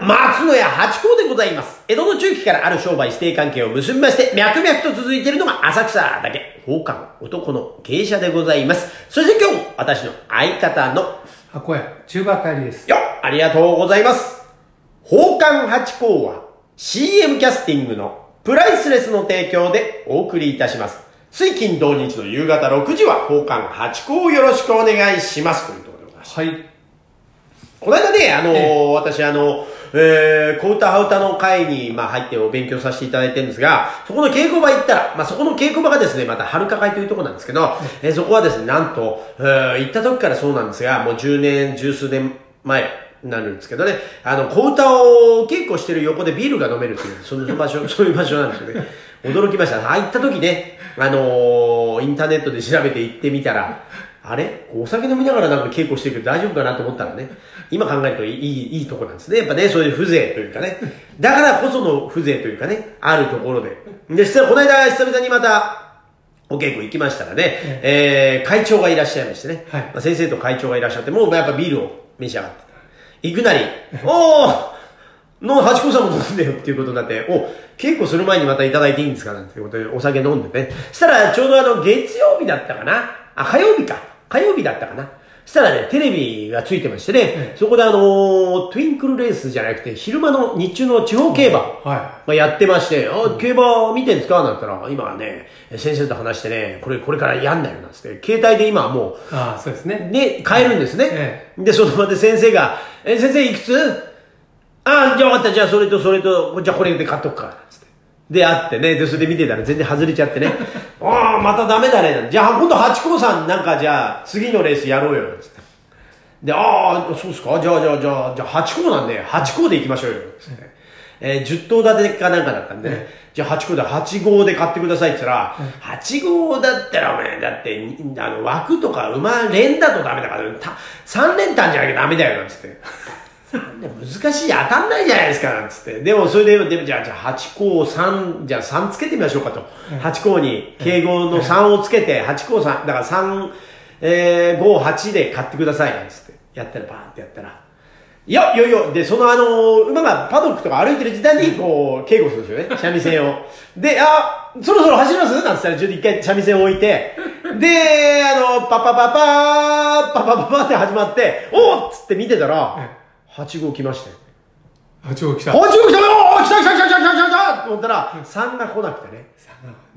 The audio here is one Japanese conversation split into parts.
松野屋八甲でございます。江戸の中期からある商売指定関係を結びまして、脈々と続いているのが浅草だけ、宝冠男の芸者でございます。そして今日、私の相方の、箱屋、中華帰りです。よっありがとうございます。宝冠八甲は CM キャスティングのプライスレスの提供でお送りいたします。水金土日の夕方6時は宝冠八甲をよろしくお願いします。というところでございます。はい。この間ね、あのーえ私あの、えー、小唄羽唄の会に、まあ、入ってお勉強させていただいてるんですが、そこの稽古場行ったら、まあ、そこの稽古場がですね、また春香会というところなんですけど、えーそこはですね、なんと、えー行った時からそうなんですが、もう10年、十数年前、になるんですけどね、あの、小唄を稽古してる横でビールが飲めるっていう、その場所、 そういう場所なんですよね。驚きました。あ、行った時ね、あのーインターネットで調べて行ってみたら、あれお酒飲みながらなんか稽古してるけど大丈夫かなと思ったらね、今考えるといい、いいいいとこなんですね。やっぱね、そういう風情というかね。だからこその風情というかね、あるところで。で、したらこの間久々にまた、お稽古行きましたらね、えー、会長がいらっしゃいましてね、はいまあ先生と会長がいらっしゃって、もうやっぱビールを召し上がって。行くなり、おーの八甲さんも飲んでよっていうことになって、お、稽古する前にまたいただいていいんですかなんていうことでお酒飲んでね。したらちょうどあの月曜日だったかなあ、火曜日か。火曜日だったかな。したらね、テレビがついてましてね、そこであのートゥインクルレースじゃなくて、昼間の日中の地方競馬。はまあ、やってまして、あ、競馬見てんですかなんて言ったら、今はね、先生と話してね、これ、これからやんないよなんつって、携帯で今はもう、い。ああ、そうですね。で、変えるんですね。えで、その場で先生が、え、先生いくつあ、じゃあ分かった。じゃあそれとそれと、じゃあこれで買っとくから。つって。で、あってね。で、それで見てたら全然外れちゃ ってね。ああ、またダメだね。じゃあ今度八甲さんなんかじゃあ次のレースやろうよ。つって。で、ああ、そうっすかじゃあじゃあじゃあ、じゃあ8校なんで、8校で行きましょうよ。つってえー、10頭立てかなんかだったんで、ね、じゃあ8校で8号で買ってくださいって言ったら、8号だったらお前、だって、にあの、枠とか馬連だとダメだから、た3連単じゃなきゃダメだよ、なんつって。難しい、当たんないじゃないですか、なんつって。でも、それで、でもじゃあ、じゃあ、8項3、じゃあ3つけてみましょうかと。8項に、敬語の3をつけて、8項3、だから3、えー、5、8で買ってください、なんつって。やったら、バーンってやったら。いや、いやいや、で、そのあのー馬がパドックとか歩いてる時代に、こう、警護するんですよ ね。三味線を。で、あ、そろそろ走りますなんつったら、ちょっと一回三味線を置いて、で、あの、パパパパー、パパパパって始まって、おーっつって見てたえら、8号来ましたよ。あ、超来た。 8号来たよおー来た来た来た来た来た来た来たと思ったら、3が来なくてね。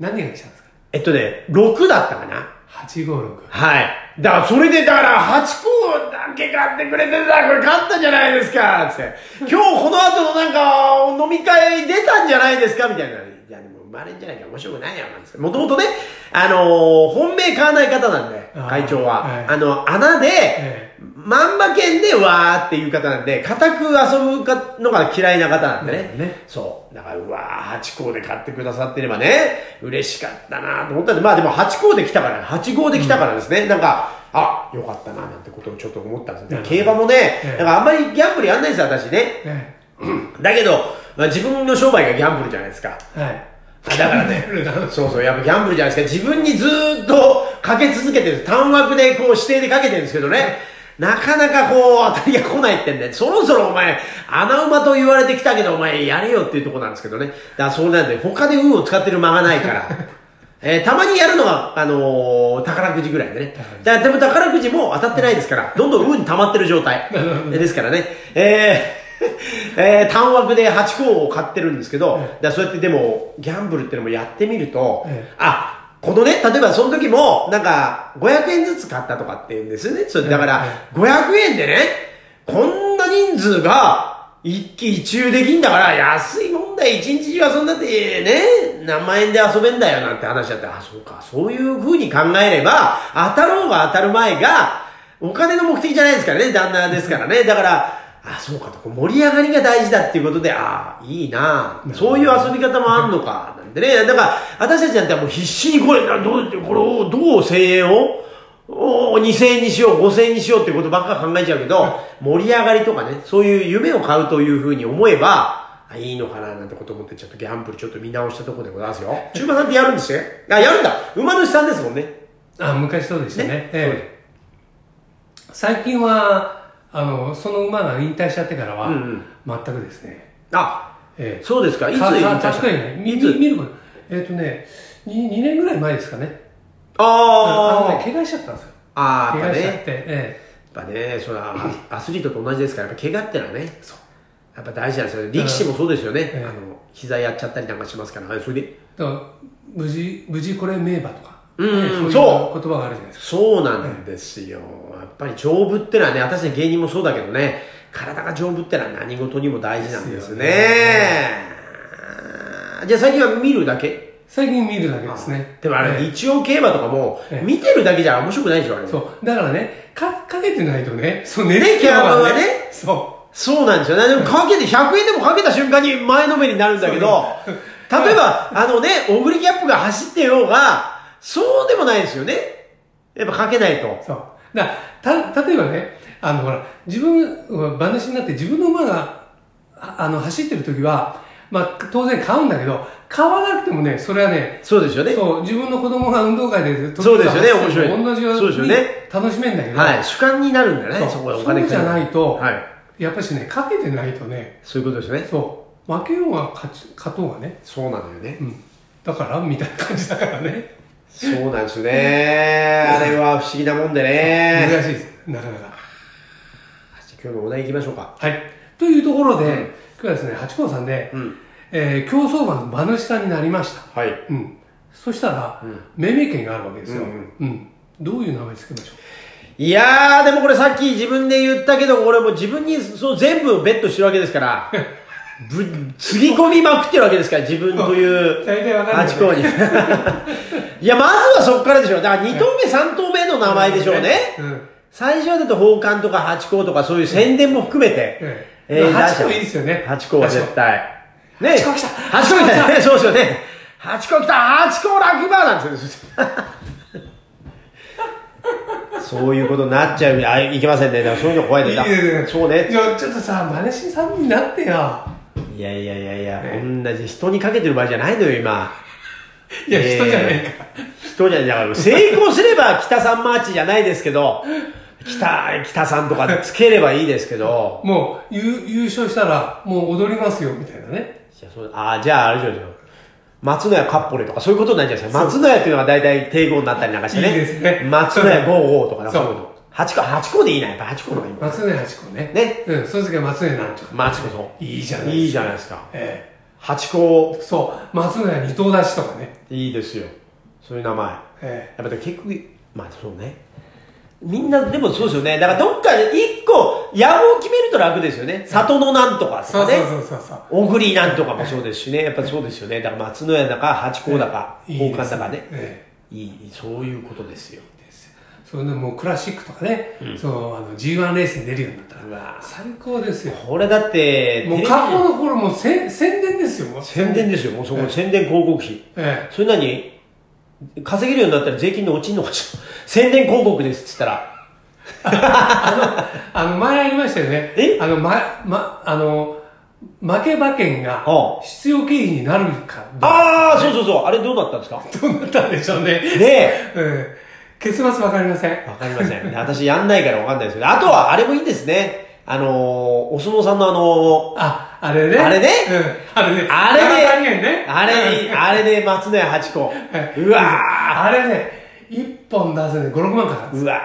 何が来たんですかえっとね、6だったかな。 ?856。はい。だから、それで、だから、八個だけ買ってくれてた、これ勝ったじゃないですか、つって。今日この後のなんか、飲み会出たんじゃないですか、みたいな。いや、でも生まれんじゃないから面白くないよ、なんですけど。もともとね、あのー本命買わない方なんで、あー会長は。はいあの、穴で、え万馬券でわーっていう方なんで、固く遊ぶかのが嫌いな方なんでなるねほどねそう。だから、うわー、8校で買ってくださってればね、嬉しかったなーと思ったんで、まあでも8校で来たから、8号で来たからですね、なんか、あ、よかったなーなんてことをちょっと思ったんですよ。なるほど競馬もね、ええなんかあんまりギャンブルやんないんですよ、私ね。えだけど、まあ自分の商売がギャンブルじゃないですか。えはい。だからねギャンブルな の、そうそう、やっぱギャンブルじゃないですか。自分にずーっとかけ続けてる。単枠でこう指定でかけてるんですけどね。なかなかこう当たりが来ないってんで、そろそろお前、穴馬と言われてきたけどお前やれよっていうところなんですけどね。だからそうなんで、他で運を使ってる間がないから。えーたまにやるのが、あのー宝くじぐらいでね。だでも宝くじも当たってないですから、どんどん運に溜まってる状態。ですからね。えーえー 単枠で8個を買ってるんですけど、だからそうやってでも、ギャンブルってのもやってみると、ええあ、このね、例えばその時も、なんか、500円ずつ買ったとかって言うんですよね。それだからえ、 500円でね、こんな人数が、一喜一憂できんだから、安いもんだよ。一日中遊んだってね、何万円で遊べんだよなんて話だって、あ、そうか、そういう風に考えれば、当たろうが当たる前が、お金の目的じゃないですからね、旦那ですからね。だから、あ、そうかと、こう盛り上がりが大事だっていうことで、ああ、いいなあそういう遊び方もあんのか。なんでね、だから、私たちなんてもう必死にこれ、などう、これを、どう声援を、おお2000円にしよう、5000円にしようってことばっか考えちゃうけど、盛り上がりとかね、そういう夢を買うというふうに思えば、あいいのかななんてこと思って、ちょっとギャンブルちょっと見直したところでございますよ。中馬さんってやるんですねあ、やるんだ馬主さんですもんね。あ、昔そうでしたね。ねええ最近は、あのその馬が引退しちゃってからは、うんうん全くですね、あ、えそうですか。えいつか引退した確かにねみいつみ見ることえっ、とね 2, 2年ぐらい前ですかねあのあねー怪我しちゃったんですよあー、怪やっ我ぱしちゃっねて、。えやっぱね、それはあアスリートと同じですから、やっぱ怪我ってのはね、そうやっぱ大事なんですよね。力士もそうですよね。ええあの、膝やっちゃったりなんかしますから、はい、それで。えだから無事無事これ名馬とか、うんうんええそういう言そ葉があるじゃないですかそうなんですよ。やっぱり丈夫ってのはね、私ね、芸人もそうだけどね、体が丈夫ってのは何事にも大事なんですね。じゃあ最近は見るだけ最近見るだけですねでもあれ、ええ日曜競馬とかもえ、え見てるだけじゃ面白くないでしょ、あれ。そうだからねかかけてないとねそう寝ねる気競馬はがねそうそうなんですよね。でもかけて、100円でもかけた瞬間に前のめりになるんだけど、例えば、あのね、オグリキャップが走ってようが、そうでもないですよね。やっぱかけないと。そう。だからた、例えばね、あの、ほら、自分、ほら馬主になって自分の馬が、ああの、走ってる時は、まあ、当然買うんだけど、買わなくてもね、それはね、そうですよね。そう、自分の子供が運動会で、そうですよね走ってるのと面白い同じよそううですよにね楽しめんだけど、はい。主観になるんだね。そそこうでお金そうじゃないとはい。やっぱしね、かけてないとね、そういうことですね。そう、負けようが勝ち、勝とうがね、そうなのよねう。ん。だから、みたいな感じだからね、 そうなんですよ ね。あれは不思議なもんで 難しね。いです、なかなか。今日のお題行きましょうか。はい。というところで、今日はですね、八甲さんで、うん。えー競走馬の馬主さんになりました。はい。うん。そしたら、うん命名権があるわけですよ。ううんん、うんどういう名前つけましょういやー、でもこれさっき自分で言ったけど、俺もう自分にそう全部をベットしてるわけです から、ぶ、つぎ込みまくってるわけですから、自分という、大体わかるよあねちこちに。 いや、まずはそこからでしょう。だから2投目、3投目の名前でしょうね。うん。最初はだって奉還とか八甲とかそういう宣伝も含めて。えええー八甲いいですよね。八甲は絶対。ね八甲来た八甲来たね。そうですよね。八甲来た八甲ラグバーなんですよ。そういうことになっちゃう。あ、いけませんね。でもそういうの怖いいね。いね。そうね。じゃあ、ちょっとさ、馬主さんになってよ。いやいやいやいや、えこんな人にかけてる場合じゃないのよ、今。いや、えー人じゃないから。人じゃない。だから成功すれば 北さんマーチじゃないですけど、北、北さんとかつければいいですけど。もう、優優勝したら、もう踊りますよ、みたいなね。いやそうあーじゃああれじゃないですか松野屋カッポレとかそういうことになっちゃうんですよ松野屋っていうのが大体定語になったりなんかしてねいいですね松野屋55とかなんかそうそういうの8個八個でいいなやっぱ8個の方がいいな松根八甲ね。ね。うん、その時は松根なんとか。松野といいじゃないですか。いいじゃないですかえ8個えそう、松根は二頭出しとかね。いいですよそういう名前やえっぱり結局まあそうねみんなでもそうですよねだからどっかで1個野望を決めると楽ですよね里のなんとかえとかそうねそうそうそうそう。小栗なんとかもそうですしねやっぱりそうですよねだから松野屋だか八甲だか宝いいで冠すだかねええいいそういうことですよそれでもうクラシックとかね、そうあの G1 レースに出るようになったうわら最高ですよこれだってもうテレビ過去の頃もうせ宣伝ですよもう宣伝ですよもうそこ宣伝広告費えそれ何稼げるようになったら税金の落ちんのかしら宣伝広告ですっつったらえあの前ありましたよねえあのままあの負け馬券がああ必要経費になるかどああそうそうそうあれどうなったんですかうどうなったんでしょうねねえ うん結末わかりませんわかりません私やんないからわかんないですけどあとはあれもいいですねあのー、お相撲さんのあのああれねあれねうんあれねあれね7万円ねあれ、あれで松野屋八個はい。うわあれね1本出せね56万かかるーうわ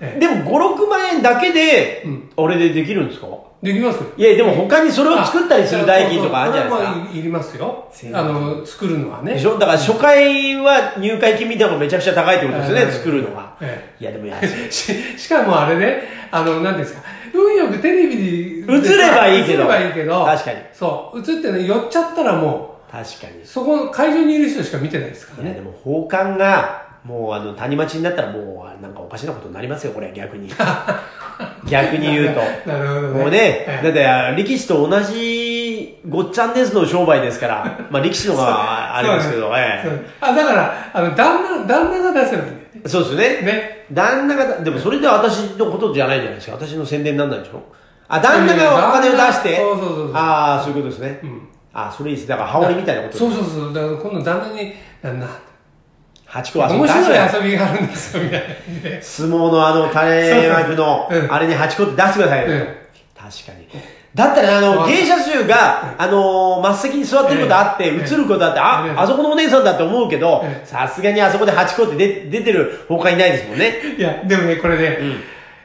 えーえでも5、6万円だけでうん、あれでできるんですかできますよいや、でも他にそれを作ったりする代金とかあるじゃそうそうないそれはまあいりますよ全。部あの、作るのはね。ですか。でしょだから初回は入会金みたいなのがめちゃくちゃ高いってことですよえね、え作るのがえ。いや、でも安い。し、しかもあれね、あの、なんていうんですか、運よくテレビに映ればいいけど映ればいいけど。確かにそう。映ってね、寄っちゃったらも確かにう、。そこ、会場にいる人しか見てないですからいや、ね。でも奉還が、もうあの、谷町になったらもう、なんかおかしなことになりますよ、これ、逆 に。逆に言うと。なるほどね。もうね、だっえてあ力士と同じごっちゃんですの商売です から、まあ力士の方がありますけど、えそえうあ、だから、あの、旦那、旦那が出せばいいんだよね。えそうですよね。ね。旦那が、でもそれでは私のことじゃないじゃないですか。私の宣伝になんないでしょあ、旦那がお金を出して。そうそうそうそうああ、そういうことですね。うんああ、それいいです。だから羽織みたいなことですそうそうそう。だから今度旦那に、旦那、 8個遊ん面だそれ白い遊びがあるんですよ、みたいな感じで。相撲のあの、タレマイクのそうそうう、んあれに8個って出してくださいよ。うん確かに。だったら、あの、うん芸者衆が、あのー、末席に座ってることあって、映うんることあって、うんあ、あそこのお姉さんだって思うけどう、んさすがにあそこで8個って出出てる他いないですもんね。いや、でもね、これね、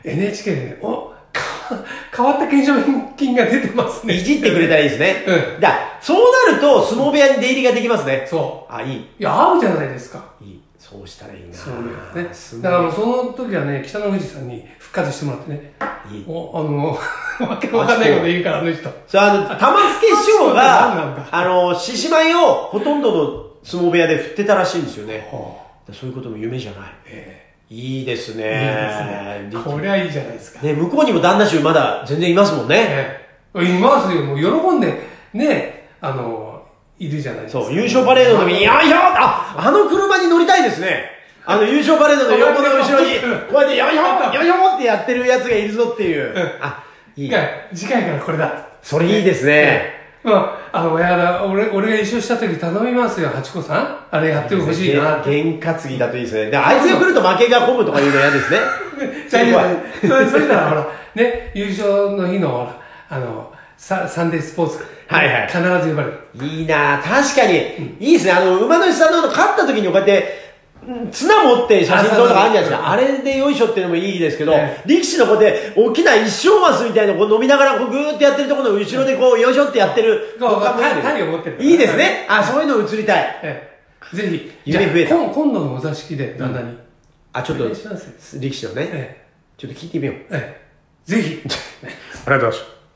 NHK でね、おか変わった懸賞金が出てますね。いじってくれたらいいですね。うんだ、そうなると、相撲部屋に出入りができますね。そ。。あ、いいういや、合うじゃないですか。いい。そうしたらいいな。そういうね。すごいだからもうその時はね、北の富士さんに復活してもらってね。いいお、あの、 わけわかんないこと言うから、あの人。そう、あの、玉助師匠玉助って何なんが、だあの、獅子舞をほとんどの相撲部屋で振ってたらしいんですよね。そういうことも夢じゃない。えいいですね。えいいですね。こりゃいいじゃないですか。ね向こうにも旦那衆まだ全然いますもんね。ええいますよ。もう喜んで、ね、あの、いるじゃないですか。そう、優勝パレードの時に、よいしょあ、あの車に乗りたいですね。あの優勝パレードの横の後ろに、こうやって、よいしょよいしょってやってるやつがいるぞっていう。あ、いい次。回、次回からこれだ。それいいですね。まあ、あの、親だ、俺、俺が一緒した時頼みますよ、ハチ子さん。あれやってほしいな。験担ぎだといいですね。で、あいつが来ると負けが込むとかいうの嫌ですね。大丈夫それそしたら、ほら、ね、優勝の日の、ほら、あの、ササンデースポーツ。はいはい必ず呼ばれる。いいなぁ確かに、いいですね。あの、馬主さんの勝った時にこうやって、うん綱持って写真撮るとかあるじゃないですか。あれでよいしょっていうのもいいですけど、え力士のこうやって大きな一生マスみたいなのをこう飲みながらこうぐーってやってるところの後ろでこうよいしょってやってる。こうこう他もいいねた針を持ってるいいですね。あ、そういうの映りたい。ええ、ぜひ、夢増えたじゃあ今今度のお座敷で、旦那に。あ、ちょっおと願いします、力士のね、えちょっと聞いてみよう。え、ええ、ぜひ。ありがとうございます。